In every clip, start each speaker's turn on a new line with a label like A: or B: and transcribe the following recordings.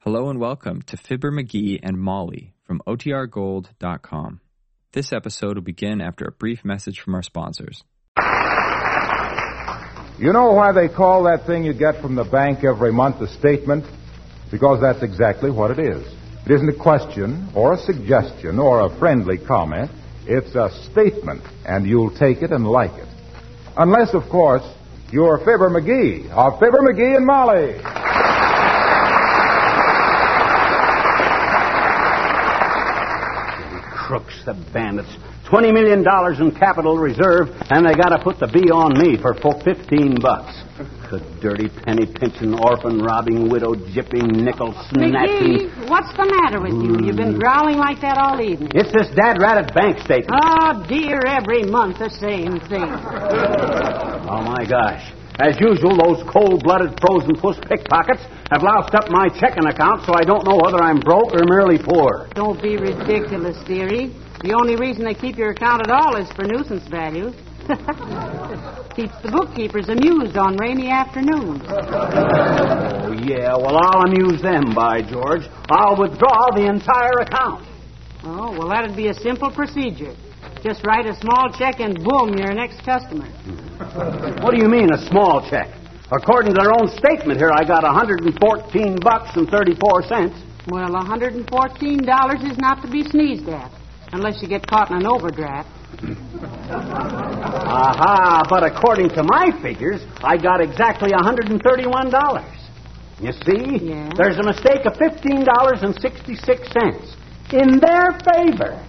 A: Hello and welcome to Fibber McGee and Molly from OTRGold.com. This episode will begin after a brief message from our sponsors.
B: You know why they call that thing you get from the bank every month a statement? Because that's exactly what it is. It isn't a question or a suggestion or a friendly comment. It's a statement, and you'll take it and like it. Unless, of course, you're Fibber McGee of Fibber McGee and Molly.
C: crooks, the bandits. Twenty million dollars in capital reserve, and they gotta put the B on me for fo- fifteen bucks. The dirty penny pinching, orphan robbing, widow jipping, nickel snatching.
D: McGee, what's the matter with you? You've been growling like that all evening.
C: It's this dad ratted bank statement.
D: Oh, dear, every month the same thing.
C: Oh my gosh. As usual, those cold blooded frozen puss pickpockets have loused up my checking account so I don't know whether I'm broke or merely poor.
D: Don't be ridiculous, dearie. The only reason they keep your account at all is for nuisance value. Keeps the bookkeepers amused on rainy afternoons.
C: Oh yeah, well I'll amuse them, by George. I'll withdraw the entire account.
D: Oh, well, that'd be a simple procedure. Just write a small check and boom, you're an ex customer.
C: What do you mean, a small check? According to their own statement here, I got 114 bucks and 34 cents.
D: Well, $114 is not to be sneezed at, unless you get caught in an overdraft.
C: Aha, but according to my figures, I got exactly $131. You see?
D: Yeah.
C: There's a mistake of $15.66 in their favor.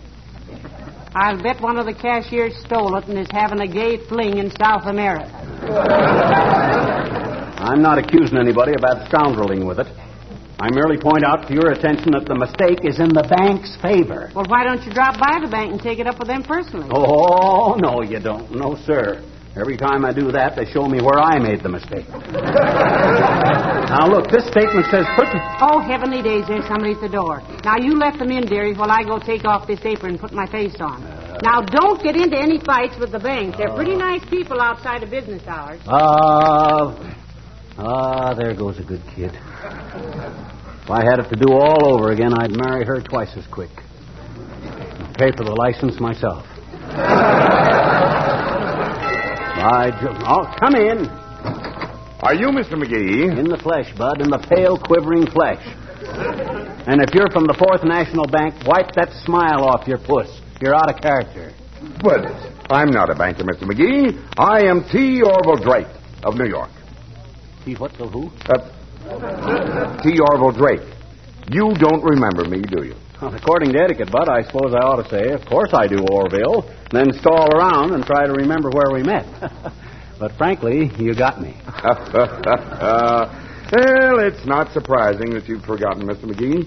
D: I'll bet one of the cashiers stole it and is having a gay fling in South America.
C: I'm not accusing anybody about scoundreling with it. I merely point out to your attention that the mistake is in the bank's favor.
D: Well, why don't you drop by the bank and take it up with them personally?
C: Oh, no, you don't. No, sir. Every time I do that, they show me where I made the mistake. now, look, this statement says pretty.
D: Oh, heavenly days, there's somebody at the door. Now, you let them in, dearie, while I go take off this apron and put my face on. Now, don't get into any fights with the bank. They're pretty nice people outside of business hours.
C: Uh, Ah, ah, there goes a good kid. If I had it to do all over again, I'd marry her twice as quick. Pay for the license myself. I ju- oh, come in.
E: Are you Mr. McGee?
C: In the flesh, Bud, in the pale, quivering flesh. And if you're from the Fourth National Bank, wipe that smile off your puss. You're out of character.
E: But I'm not a banker, Mr. McGee. I am T. Orville Drake of New York.
C: See what the who?
E: Uh, T. Orville Drake. You don't remember me, do you?
C: Well, according to etiquette, Bud, I suppose I ought to say, of course I do, Orville. Then stall around and try to remember where we met. but frankly, you got me.
E: well, it's not surprising that you've forgotten, Mr. McGee.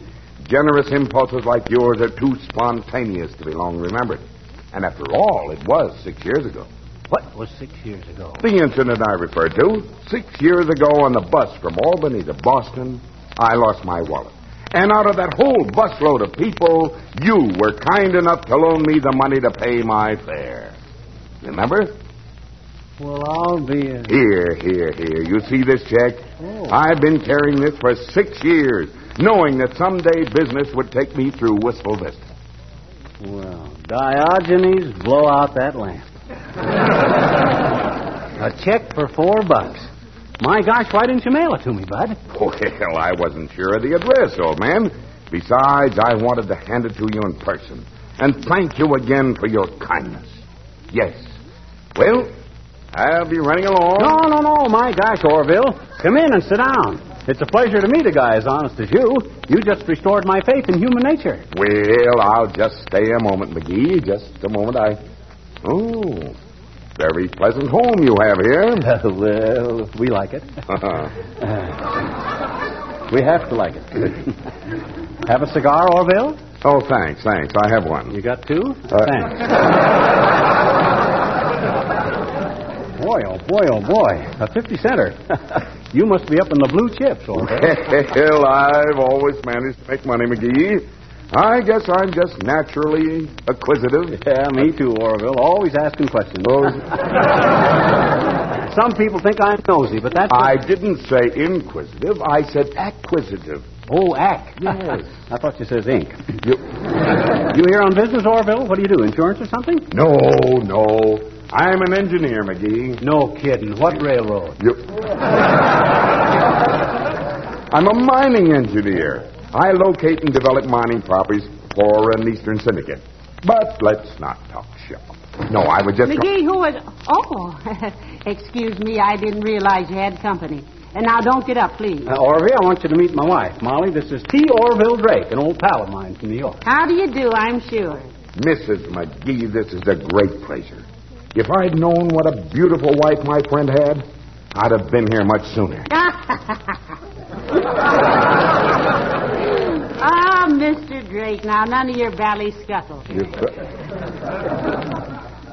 E: Generous impulses like yours are too spontaneous to be long remembered. And after all, it was six years ago.
C: What was six years ago?
E: The incident I referred to, six years ago on the bus from Albany to Boston, I lost my wallet. And out of that whole busload of people, you were kind enough to loan me the money to pay my fare. Remember?
C: Well, I'll be. A...
E: Here, here, here. You see this check?
C: Oh.
E: I've been carrying this for six years, knowing that someday business would take me through Wistful Vista.
C: Well, Diogenes, blow out that lamp. a check for four bucks. My gosh, why didn't you mail it to me, Bud?
E: Well, I wasn't sure of the address, old man. Besides, I wanted to hand it to you in person and thank you again for your kindness. Yes. Well, I'll be running
C: No,
E: along.
C: no, no. My gosh, Orville. Come in and sit down. It's a pleasure to meet a guy as honest as you. You just restored my faith in human nature.
E: Well, I'll just stay a moment, McGee. Just a moment. I. Oh, very pleasant home you have here. Uh-huh.
C: well, we like it. Uh, We have to like it. have a cigar, Orville?
E: oh, thanks, thanks. I have one.
C: You got two?
E: Uh,
C: Thanks. boy, oh boy, oh boy. A 50 center. you must be up in the blue chips, Orville.
E: Well, I've always managed to make money, McGee. I guess I'm just naturally acquisitive.
C: yeah, me too, Orville. Always asking questions.
E: Those
C: Some people think I'm nosy, but that's.
E: I didn't say inquisitive. I said acquisitive.
C: Oh, ack.
E: Yes.
C: I thought you says ink. You, you here on business, Orville? What do you do, insurance or something?
E: No, no. I'm an engineer, McGee.
C: No kidding. What railroad?
E: You. I'm a mining engineer. I locate and develop mining properties for an Eastern syndicate. But let's not talk shop. No, I was just.
D: McGee, who is. Oh, excuse me. I didn't realize you had company. And now don't get up, please.
C: Uh, Orville, I want you to meet my wife, Molly. This is T. Orville Drake, an old pal of mine from New York.
D: How do you do, I'm sure.
E: Mrs. McGee, this is a great pleasure. If I'd known what a beautiful wife my friend had, I'd have been here much sooner.
D: Ah, Mr. Drake, now none of your bally scuffle.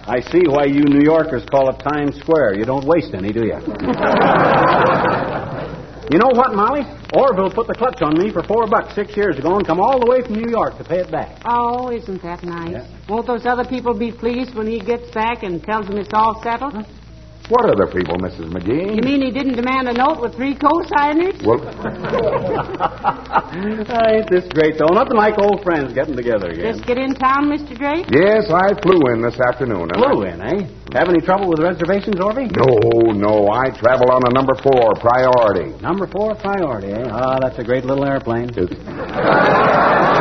C: I see why you New Yorkers call it Times Square. You don't waste any, do you? you know what, Molly? Orville put the clutch on me for four bucks six years ago and come all the way from New York to pay it back.
D: Oh, isn't that nice? Won't those other people be pleased when he gets back and tells them it's all settled?
E: What other people, Mrs.
D: You
E: McGee?
D: mean he didn't demand a note with three co-signers?
E: Well,
C: Ah, ain't this great, though? Nothing like old friends getting together again.
D: Just get in town, Mr. Drake?
E: yes, I flew in this afternoon. and I-
C: Flew in, eh? Have any trouble with reservations, Orville?
E: No, Oh, no, I travel on a number four priority.
C: Number four priority, eh? Ah, that's a great little airplane.
E: It's-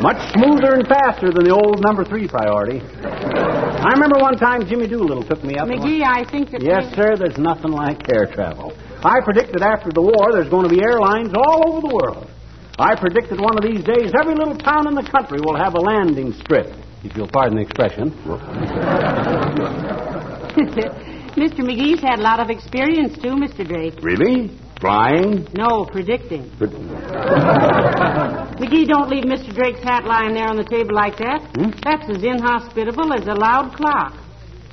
C: Much smoother and faster than the old number three priority. I remember one time Jimmy Doolittle took me up. and-
D: McGee, I think that...
C: Yes, sir, there's nothing like air travel. I predicted after the war there's going to be airlines all over the world. I predicted one of these days every little town in the country will have a landing strip, if you'll pardon the expression.
D: Mr. McGee's had a lot of experience, too, Mr. Drake.
E: really? Flying?
D: No, predicting.
E: But- hmm?
D: McGee, don't leave Mr. Drake's hat lying there on the table like that. That's as inhospitable as a loud clock.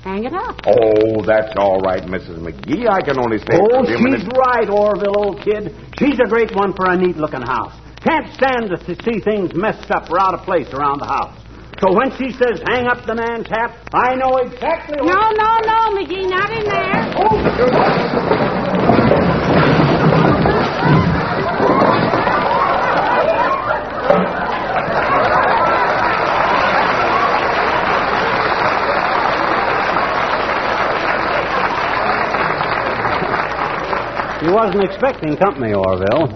D: Hang it up.
E: Oh, that's all right, Mrs. McGee. I can only stay for a
C: Oh,
E: few minutes.
C: she's right, Orville, old kid. She's a great one for a neat looking house. Can't stand to see things messed up or out of place around the house. So when she says hang up the man's hat, I know exactly
D: No,
C: what.
D: no, Oh, no, McGee, not in there.
C: She wasn't expecting company, Orville.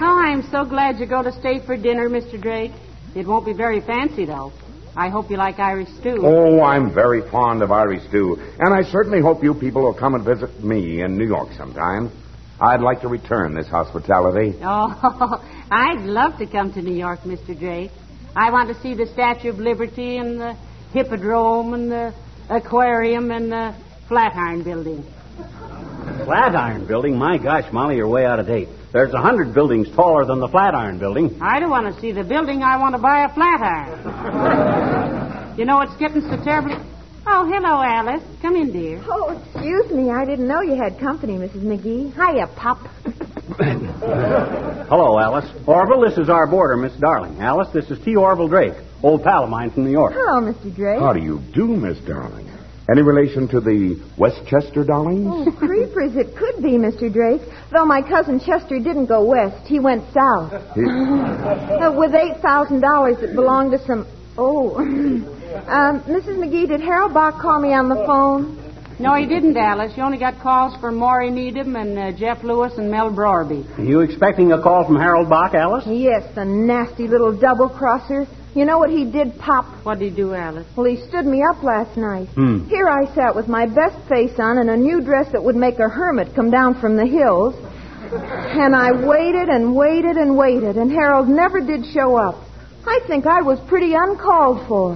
D: Oh, I'm so glad you're going to stay for dinner, Mr. Drake. It won't be very fancy, though. I hope you like Irish stew.
E: Oh, I'm very fond of Irish stew, and I certainly hope you people will come and visit me in New York sometime. I'd like to return this hospitality.
D: Oh, I'd love to come to New York, Mr. Drake. I want to see the Statue of Liberty and the Hippodrome and the Aquarium and the Flatiron Building.
C: Flatiron building? My gosh, Molly, you're way out of date. There's a hundred buildings taller than the Flatiron building.
D: I don't want to see the building. I want to buy a flatiron. you know, it's getting so terribly. Oh, hello, Alice. Come in, dear.
F: Oh, excuse me. I didn't know you had company, Mrs. McGee. Hiya, pup.
C: Hello, Alice. Orville, this is our boarder, Miss Darling. Alice, this is T. Orville Drake, old pal of mine from New York.
F: Hello, Mr. Drake.
E: How do you do, Miss Darling? Any relation to the Westchester Darlings?
F: Oh, creepers, it could be, Mr. Drake. Though my cousin Chester didn't go west, he went south. Uh, with $8,000 that belonged to some. Oh. um, Mrs. McGee, did Harold Bach call me on the phone?
D: No, he didn't, Alice. You only got calls from Maury Needham and uh, Jeff Lewis and Mel Brorby.
C: Are you expecting a call from Harold Bach, Alice?
F: Yes, the nasty little double crosser. You know what he did, Pop?
D: What did he do, Alice?
F: Well, he stood me up last night.
C: Hmm.
F: Here I sat with my best face on and a new dress that would make a hermit come down from the hills. And I waited and waited and waited, and Harold never did show up. I think I was pretty uncalled for.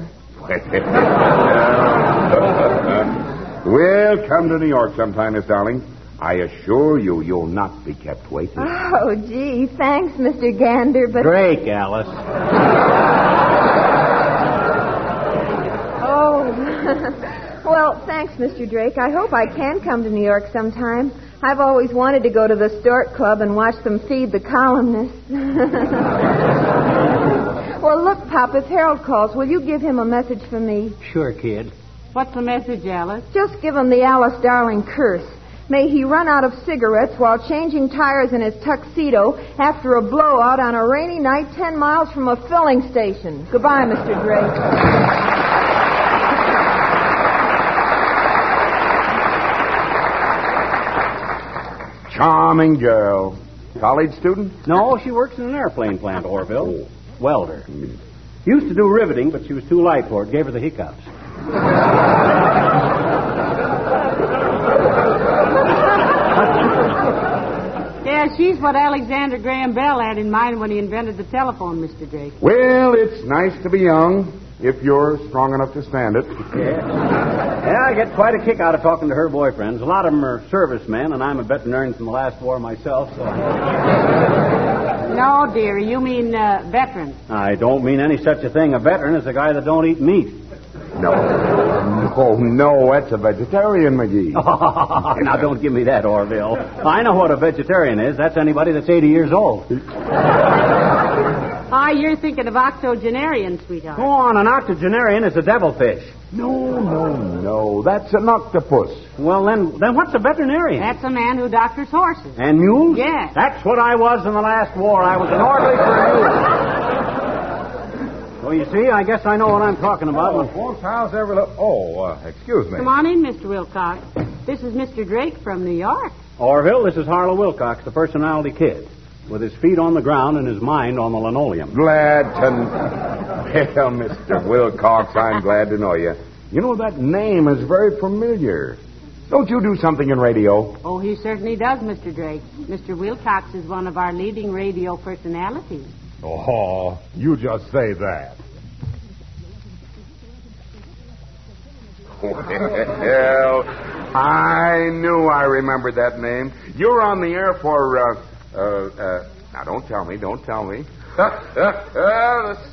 E: well, come to New York sometime, Miss Darling. I assure you, you'll not be kept waiting.
F: Oh, gee, thanks, Mr. Gander, but.
C: Drake, Alice.
F: Oh. well, thanks, Mr. Drake. I hope I can come to New York sometime. I've always wanted to go to the Stork Club and watch them feed the columnists. Well, look, Pop, if Harold calls, will you give him a message for me?
C: Sure, kid.
D: What's the message, Alice?
F: Just give him the Alice Darling curse. May he run out of cigarettes while changing tires in his tuxedo after a blowout on a rainy night ten miles from a filling station. Goodbye, Mr. Drake.
E: Charming girl. College student? Oh.
C: No, she works in an airplane plant, Orville. Welder.
E: Hmm.
C: Used to do riveting, but she was too light for it. Gave her the hiccups.
D: Yeah, she's what Alexander Graham Bell had in mind when he invented the telephone, Mr. Drake.
E: Well, it's nice to be young if you're strong enough to stand it.
C: Yeah, I get quite a kick out of talking to her boyfriends. A lot of them are servicemen, and I'm a veterinarian from the last war myself, so.
D: No, dearie, you mean uh, veteran.
C: I don't mean any such a thing. A veteran is a guy that don't eat meat.
E: No. No, Oh, no, that's a vegetarian, McGee.
C: now, don't give me that, Orville. I know what a vegetarian is. That's anybody that's 80 years old.
D: Ah, you're thinking of octogenarian, sweetheart.
C: Go on, an octogenarian is a devilfish.
E: No, no, no. That's an octopus.
C: Well, then, then what's a veterinarian?
D: That's a man who doctors horses.
C: and mules?
D: Yes.
C: That's what I was in the last war. I was an orderly for mules. Well, you see, I guess I know what I'm talking about.
B: Oh, folks, how's every little... Oh, uh, excuse me.
D: Come on in, Mr. Wilcox. This is Mr. Drake from New York.
C: Orville, this is Harlow Wilcox, the personality kid, with his feet on the ground and his mind on the linoleum.
E: Glad to... Well, Mr. Wilcox, I'm glad to know you. You know, that name is very familiar. Don't you do something in radio?
D: Oh, he certainly does, Mr. Drake. Mr. Wilcox is one of our leading radio personalities.
B: Oh, you just say that.
E: Well, I knew I remembered that name. You're on the air for, uh, uh, uh, now don't tell me, don't tell me. Let's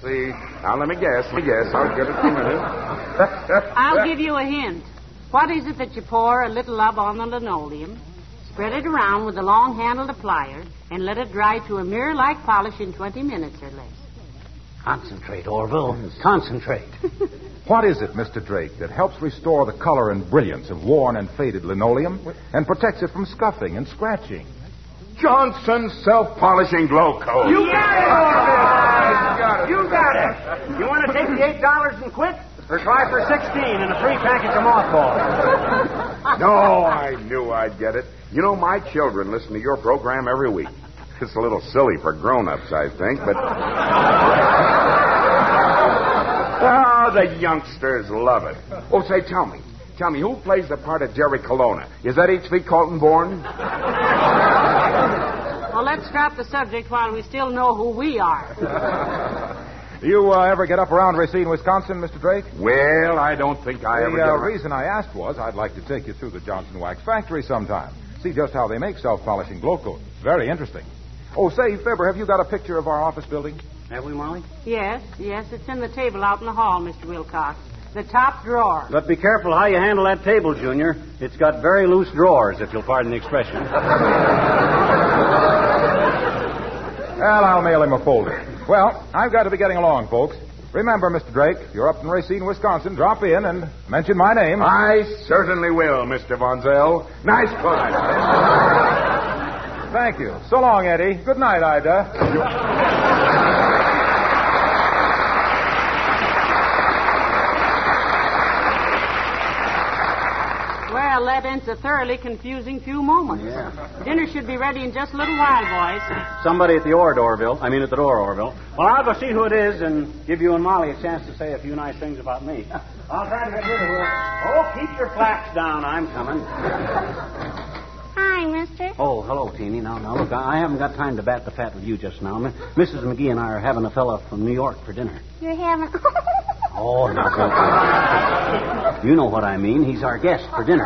E: see. Now let me guess, let me guess. I'll give it a minute.
D: I'll give you a hint. What is it that you pour a little of on the linoleum, spread it around with a long handled plier, and let it dry to a mirror like polish in 20 minutes or less?
C: Concentrate, Orville. Concentrate.
B: What is it, Mr. Drake, that helps restore the color and brilliance of worn and faded linoleum and protects it from scuffing and scratching?
E: Johnson self-polishing glow coat.
C: You got
E: it, Orville.
C: You got it. You want to take the eight dollars and quit, or try for sixteen and a free package of mothballs?
E: No, I knew I'd get it. You know, my children listen to your program every week. It's a little silly for grown-ups, I think, but... Ah, the youngsters love it. Oh, say, tell me. Tell me, who plays the part of Jerry Colonna? Is that H.V. Colton Bourne?
D: Well, let's drop the subject while we still know who we are.
B: You uh, ever get up around Racine, Wisconsin, Mr. Drake?
E: Well, I don't think I ever
B: the uh,
E: get around-
B: reason I asked was I'd like to take you through the Johnson Wax Factory sometime. See just how they make self-polishing glow coat. Very interesting. Oh, say, Fibber, have you got a picture of our office building?
C: Have we, Molly?
D: Yes, yes, it's in the table out in the hall, Mr. Wilcox. The top drawer.
C: But be careful how you handle that table, Junior. It's got very loose drawers, if you'll pardon the expression.
B: Well, I'll mail him a folder. Well, I've got to be getting along, folks. Remember, Mr. Drake, if you're up in Racine, Wisconsin, drop in and mention my name.
E: I certainly will, Mr. Vonzel. Nice try.
B: Thank you. So long, Eddie. Good night, Ida.
D: Well, that ends a thoroughly confusing few moments. Dinner should be ready in just a little while, boys.
C: Somebody at the door, Orville. I mean, at the door, Orville. Well, I'll go see who it is and give you and Molly a chance to say a few nice things about me. I'll try to get rid of her. Oh, keep your flaps down. I'm coming.
G: Hi, mister.
C: Oh, hello, Teeny. Now, now, look, I haven't got time to bat the fat with you just now. M- Mrs. McGee and I are having a fellow from New York for dinner.
G: You're having.
C: Oh, now, don't you. you know what I mean. He's our guest for dinner.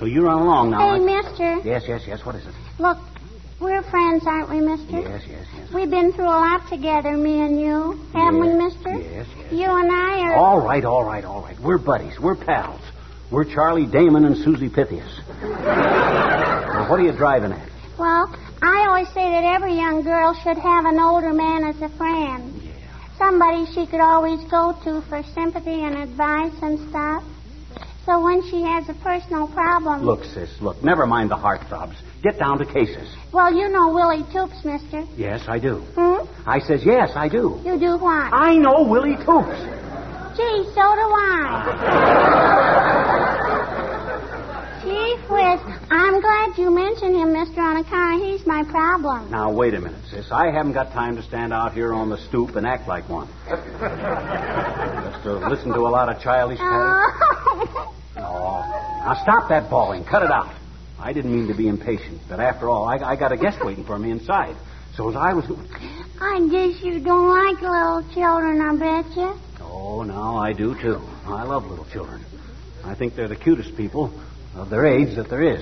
C: So you run along now.
G: hey, mister.
C: Yes, yes, yes. What is it?
G: Look, we're friends, aren't we, mister?
C: Yes, yes, yes.
G: We've been through a lot together, me and you, haven't we,
C: Yes,
G: mister?
C: yes, yes.
G: You and I are.
C: All right, all right, all right. We're buddies. We're pals. We're Charlie Damon and Susie Pythias. now, what are you driving at?
G: Well, I always say that every young girl should have an older man as a friend. somebody she could always go to for sympathy and advice and stuff. So when she has a personal problem.
C: Look, sis, look. Never mind the heartthrobs. Get down to cases.
G: Well, you know Willie Toops, mister.
C: Yes, I do.
G: Hmm?
C: I says, yes, I do.
G: You do what?
C: I know Willie Toops.
G: Gee, so do I. Chief Whiz, I'm glad you mentioned him, mister, on account of he's my problem.
C: Now, wait a minute, sis. I haven't got time to stand out here on the stoop and act like one. Just to listen to a lot of childish patter.
G: Oh.
C: Oh. Now, stop that bawling. Cut it out. I didn't mean to be impatient, but after all, I, I got a guest waiting for me inside. So as I was...
G: I guess you don't like little children, I bet you.
C: Oh, now I do, too. I love little children. I think they're the cutest people of their age that there is.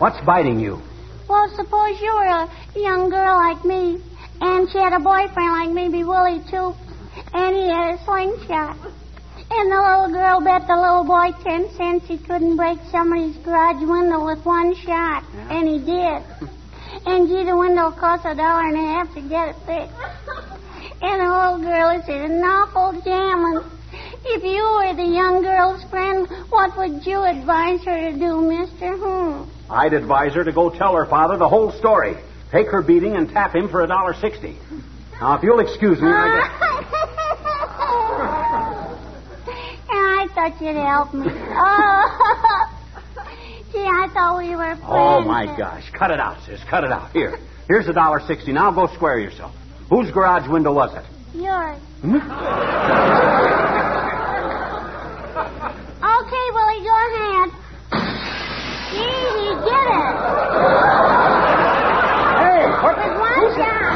C: What's biting you?
G: Well, suppose you were a young girl like me, and she had a boyfriend like maybe Willie too, and he had a slingshot. And the little girl bet the little boy ten cents he couldn't break somebody's garage window with one shot, and he did. And gee, the window cost a dollar and a half to get it fixed. And the little girl is in an awful jam. And if you were the young girl's friend, what would you advise her to do, Mister? Hmm.
C: I'd advise her to go tell her father the whole story. Take her beating and tap him for a dollar sixty. Now, if you'll excuse me, I
G: I thought you'd help me. Oh. Gee, I thought we were friends.
C: guess... Oh my gosh! Cut it out, sis. Cut it out. Here, here's a dollar sixty. Now go square yourself. Whose garage window was it?
G: Yours. okay, Willie, go ahead. Gee, he did it. Hey, what? With one
C: Ah,
G: shot.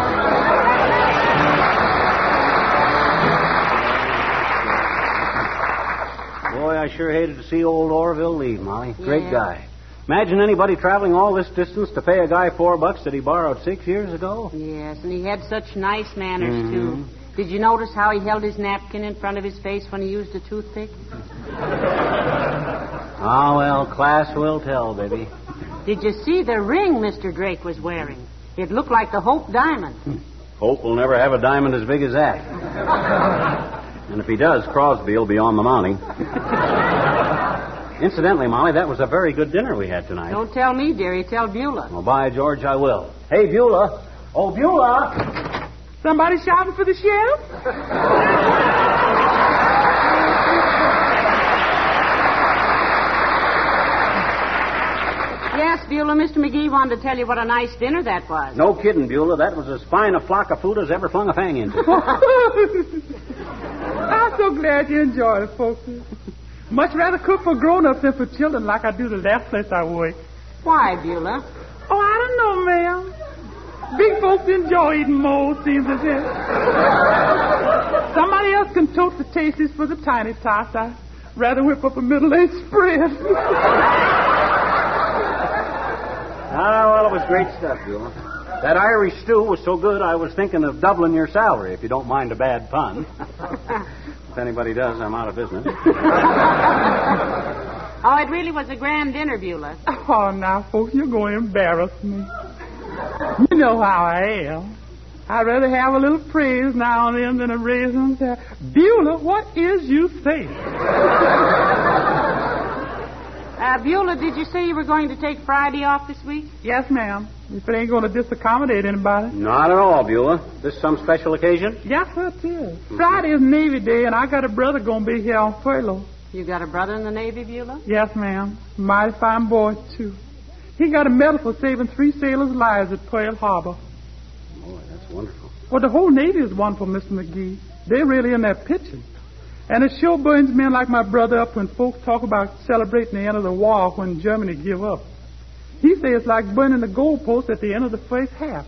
C: Boy, I sure hated to see old Orville leave, Molly. Great
D: Yeah.
C: guy. Imagine anybody traveling all this distance to pay a guy four bucks that he borrowed six years ago.
D: Yes, and he had such nice manners,
C: Mm-hmm.
D: too. Did you notice how he held his napkin in front of his face when he used a toothpick?
C: Ah, well, class will tell, baby.
D: Did you see the ring Mr. Drake was wearing? It looked like the Hope Diamond.
C: Hope will never have a diamond as big as that. and if he does, Crosby will be on the money. Incidentally, Molly, that was a very good dinner we had tonight.
D: Don't tell me, dearie. Tell Beulah.
C: Well, by George, I will. Hey, Beulah. Oh, Beulah.
D: Somebody shouting for the sheriff? yes, Beulah, Mr. McGee wanted to tell you what a nice dinner that was.
C: No kidding, Beulah. That was as fine a flock of food as ever flung a fang into.
H: I'm so glad you enjoyed it, folks. Much rather cook for grown-ups than for children like I do the last place I work.
D: Why, Beulah?
H: Oh, I don't know, ma'am. Big folks enjoy eating mold seems as if. Somebody else can tote the tasties for the tiny tots. I rather whip up a middle-aged spread.
C: ah, well, it was great stuff, Beulah. That Irish stew was so good, I was thinking of doubling your salary, if you don't mind a bad pun. if anybody does, I'm out of business.
D: Oh, it really was a grand dinner, Beulah.
H: oh, now, folks, you're going to embarrass me. You know how I am. I'd rather have a little praise now and then than a raise on that. Beulah, what is you saying?
D: Uh, Beulah, did you say you were going to take Friday off this week?
H: Yes, ma'am. If it ain't going to disaccommodate anybody.
C: Not at all, Beulah. This some special occasion?
H: Yes, sir, it is. Friday is Navy Day, and I got a brother going to be here on furlough.
D: You got a brother in the Navy, Beulah?
H: Yes, ma'am. Mighty fine boy, too. He got a medal for saving three sailors' lives at Pearl Harbor.
C: Boy, that's wonderful.
H: Well, the whole Navy is wonderful, Mr. McGee. They're really in their pitching. And it sure burns men like my brother up when folks talk about celebrating the end of the war when Germany give up. He say it's like burning the goalpost at the end of the first half.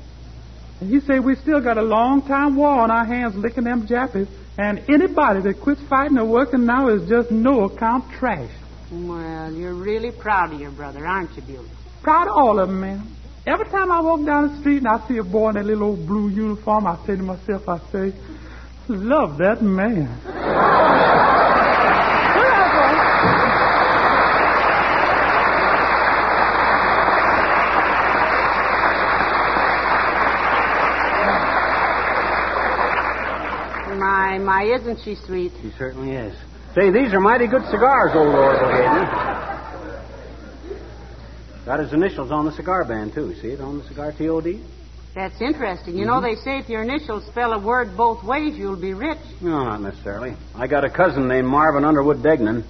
H: And he say we still got a long time war on our hands licking them Jappies, and anybody that quits fighting or working now is just no account trash.
D: Well, you're really proud of your brother, aren't you, Beulah?
H: Proud of all of 'em, ma'am. Every time I walk down the street and I see a boy in that little old blue uniform, I say to myself, I say, love that man.
D: Boy, isn't she sweet?
C: She certainly is. Say, these are mighty good cigars old Orville gave me. Got his initials on the cigar band, too. See it on the cigar, T.O.D.?
D: That's interesting. You know, they say if your initials spell a word both ways, you'll be rich.
C: No, not necessarily. I got a cousin named Marvin Underwood Degnan.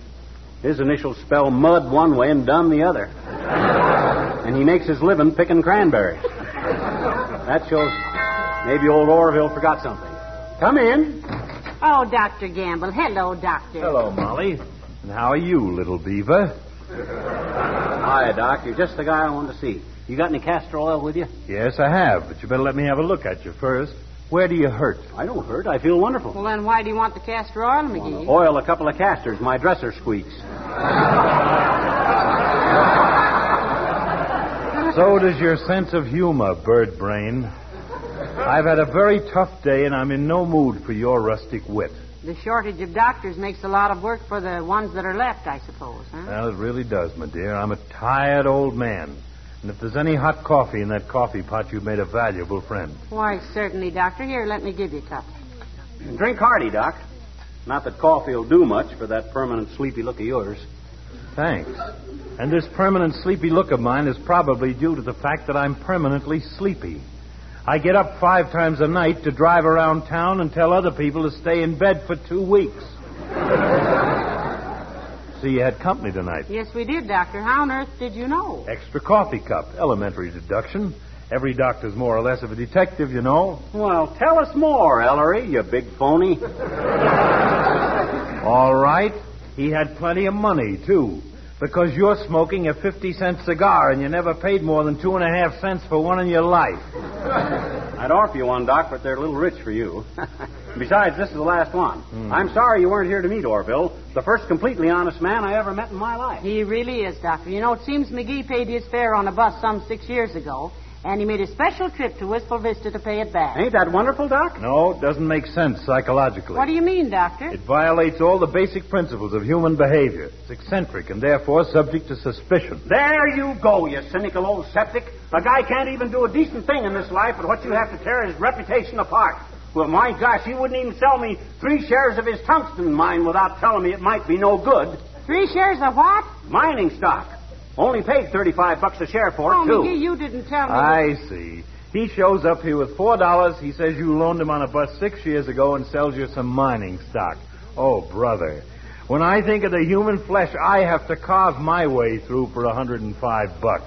C: His initials spell mud one way and dumb the other. and he makes his living picking cranberries. That shows maybe old Orville forgot something. Come in.
D: Oh, Dr. Gamble. Hello, Doctor.
I: Hello, Molly. And how are you, little diva?
C: Hi, Doc. You're just the guy I wanted to see. You got any castor oil with you?
I: Yes, I have, but you better let me have a look at you first. Where do you hurt?
C: I don't hurt. I feel wonderful.
D: Well, then why do you want the castor oil, McGee?
C: Oil a couple of casters. My dresser squeaks.
I: So does your sense of humor, bird brain. I've had a very tough day, and I'm in no mood for your rustic wit.
D: The shortage of doctors makes a lot of work for the ones that are left, I suppose, huh?
I: Well, it really does, my dear. I'm a tired old man. And if there's any hot coffee in that coffee pot, you've made a valuable friend.
D: Why, certainly, Doctor. Here, let me give you a cup.
C: Drink hearty, Doc. Not that coffee will do much for that permanent sleepy look of yours.
I: Thanks. And this permanent sleepy look of mine is probably due to the fact that I'm permanently sleepy. I get up five times a night to drive around town and tell other people to stay in bed for two weeks. so you had company tonight.
D: Yes, we did, Doctor. How on earth did you know?
I: Extra coffee cup, elementary deduction. Every doctor's more or less of a detective, you know.
C: Well, tell us more, Ellery, you big phony.
I: All right. He had plenty of money, too. Because you're smoking a 50 cent cigar and you never paid more than two and a half cents for one in your life.
C: I'd offer you one, Doc, but they're a little rich for you. Besides, this is the last one.
I: Hmm.
C: I'm sorry you weren't here to meet Orville, the first completely honest man I ever met in my life.
D: He really is, Doctor. You know, it seems McGee paid his fare on a bus some six years ago, and he made a special trip to Wistful Vista to pay it back.
C: Ain't that wonderful, Doc?
I: No, it doesn't make sense psychologically.
D: What do you mean, Doctor?
I: It violates all the basic principles of human behavior. It's eccentric and therefore subject to suspicion.
C: There you go, you cynical old septic. A guy can't even do a decent thing in this life, but what you have to tear his reputation apart. Well, my gosh, he wouldn't even sell me three shares of his tungsten mine without telling me it might be no good.
D: Three shares of what?
C: Mining stock. Only paid 35 bucks a share for it,
D: Oh,
C: too.
D: McGee, you didn't tell me.
I: I see. He shows up here with four dollars. He says you loaned him on a bus six years ago and sells you some mining stock. Oh, brother. When I think of the human flesh I have to carve my way through for a 105 bucks.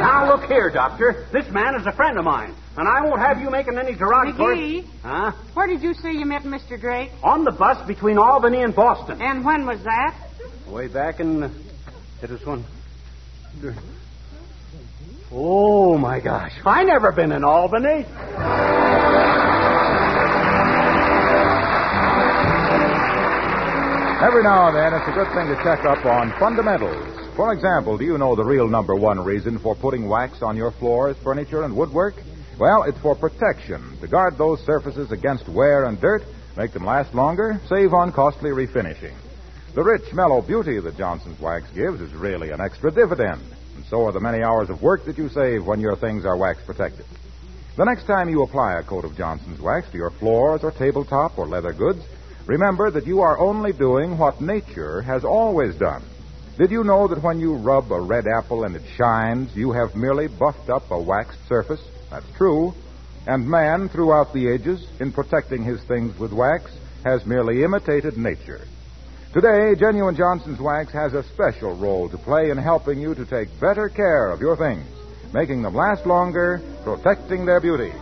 C: Now, look here, Doctor. This man is a friend of mine, and I won't have you making any derogatory.
D: McGee?
C: Huh?
D: Where did you say you met Mr. Drake?
C: On the bus between Albany and Boston.
D: And when was that?
C: Way back in. uh, It was one. Oh, my gosh. I never been in Albany.
B: Every now and then, it's a good thing to check up on fundamentals. For example, do you know the real number one reason for putting wax on your floors, furniture, and woodwork? Well, it's for protection, to guard those surfaces against wear and dirt, make them last longer, save on costly refinishing. The rich, mellow beauty that Johnson's wax gives is really an extra dividend, and so are the many hours of work that you save when your things are wax protected. The next time you apply a coat of Johnson's wax to your floors or tabletop or leather goods, remember that you are only doing what nature has always done. Did you know that when you rub a red apple and it shines, you have merely buffed up a waxed surface? That's true. And man, throughout the ages, in protecting his things with wax, has merely imitated nature. Today, Genuine Johnson's Wax has a special role to play in helping you to take better care of your things, making them last longer, protecting their beauty.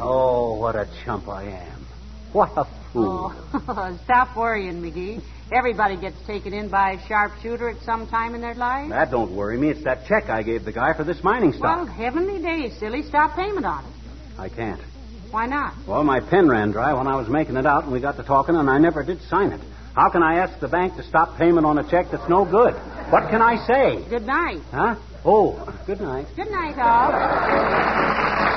C: Oh, what a chump I am. What a fool.
D: Oh, stop worrying, McGee. Everybody gets taken in by a sharpshooter at some time in their life.
C: That don't worry me. It's that check I gave the guy for this mining
D: Well,
C: stock.
D: heavenly days, silly. Stop payment on it.
C: I can't.
D: Why not?
C: Well, my pen ran dry when I was making it out, and we got to talking, and I never did sign it. How can I ask the bank to stop payment on a check that's no good? What can I say?
D: Good night.
C: Huh? Oh, good night.
D: Good night, all.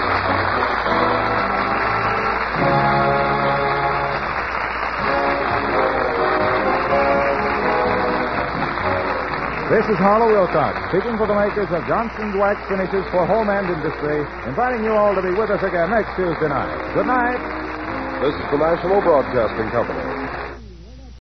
B: This is Harlow Wilcox, speaking for the makers of Johnson's Wax Finishes for Home and Industry, inviting you all to be with us again next Tuesday night. Good night.
E: This is the National Broadcasting Company.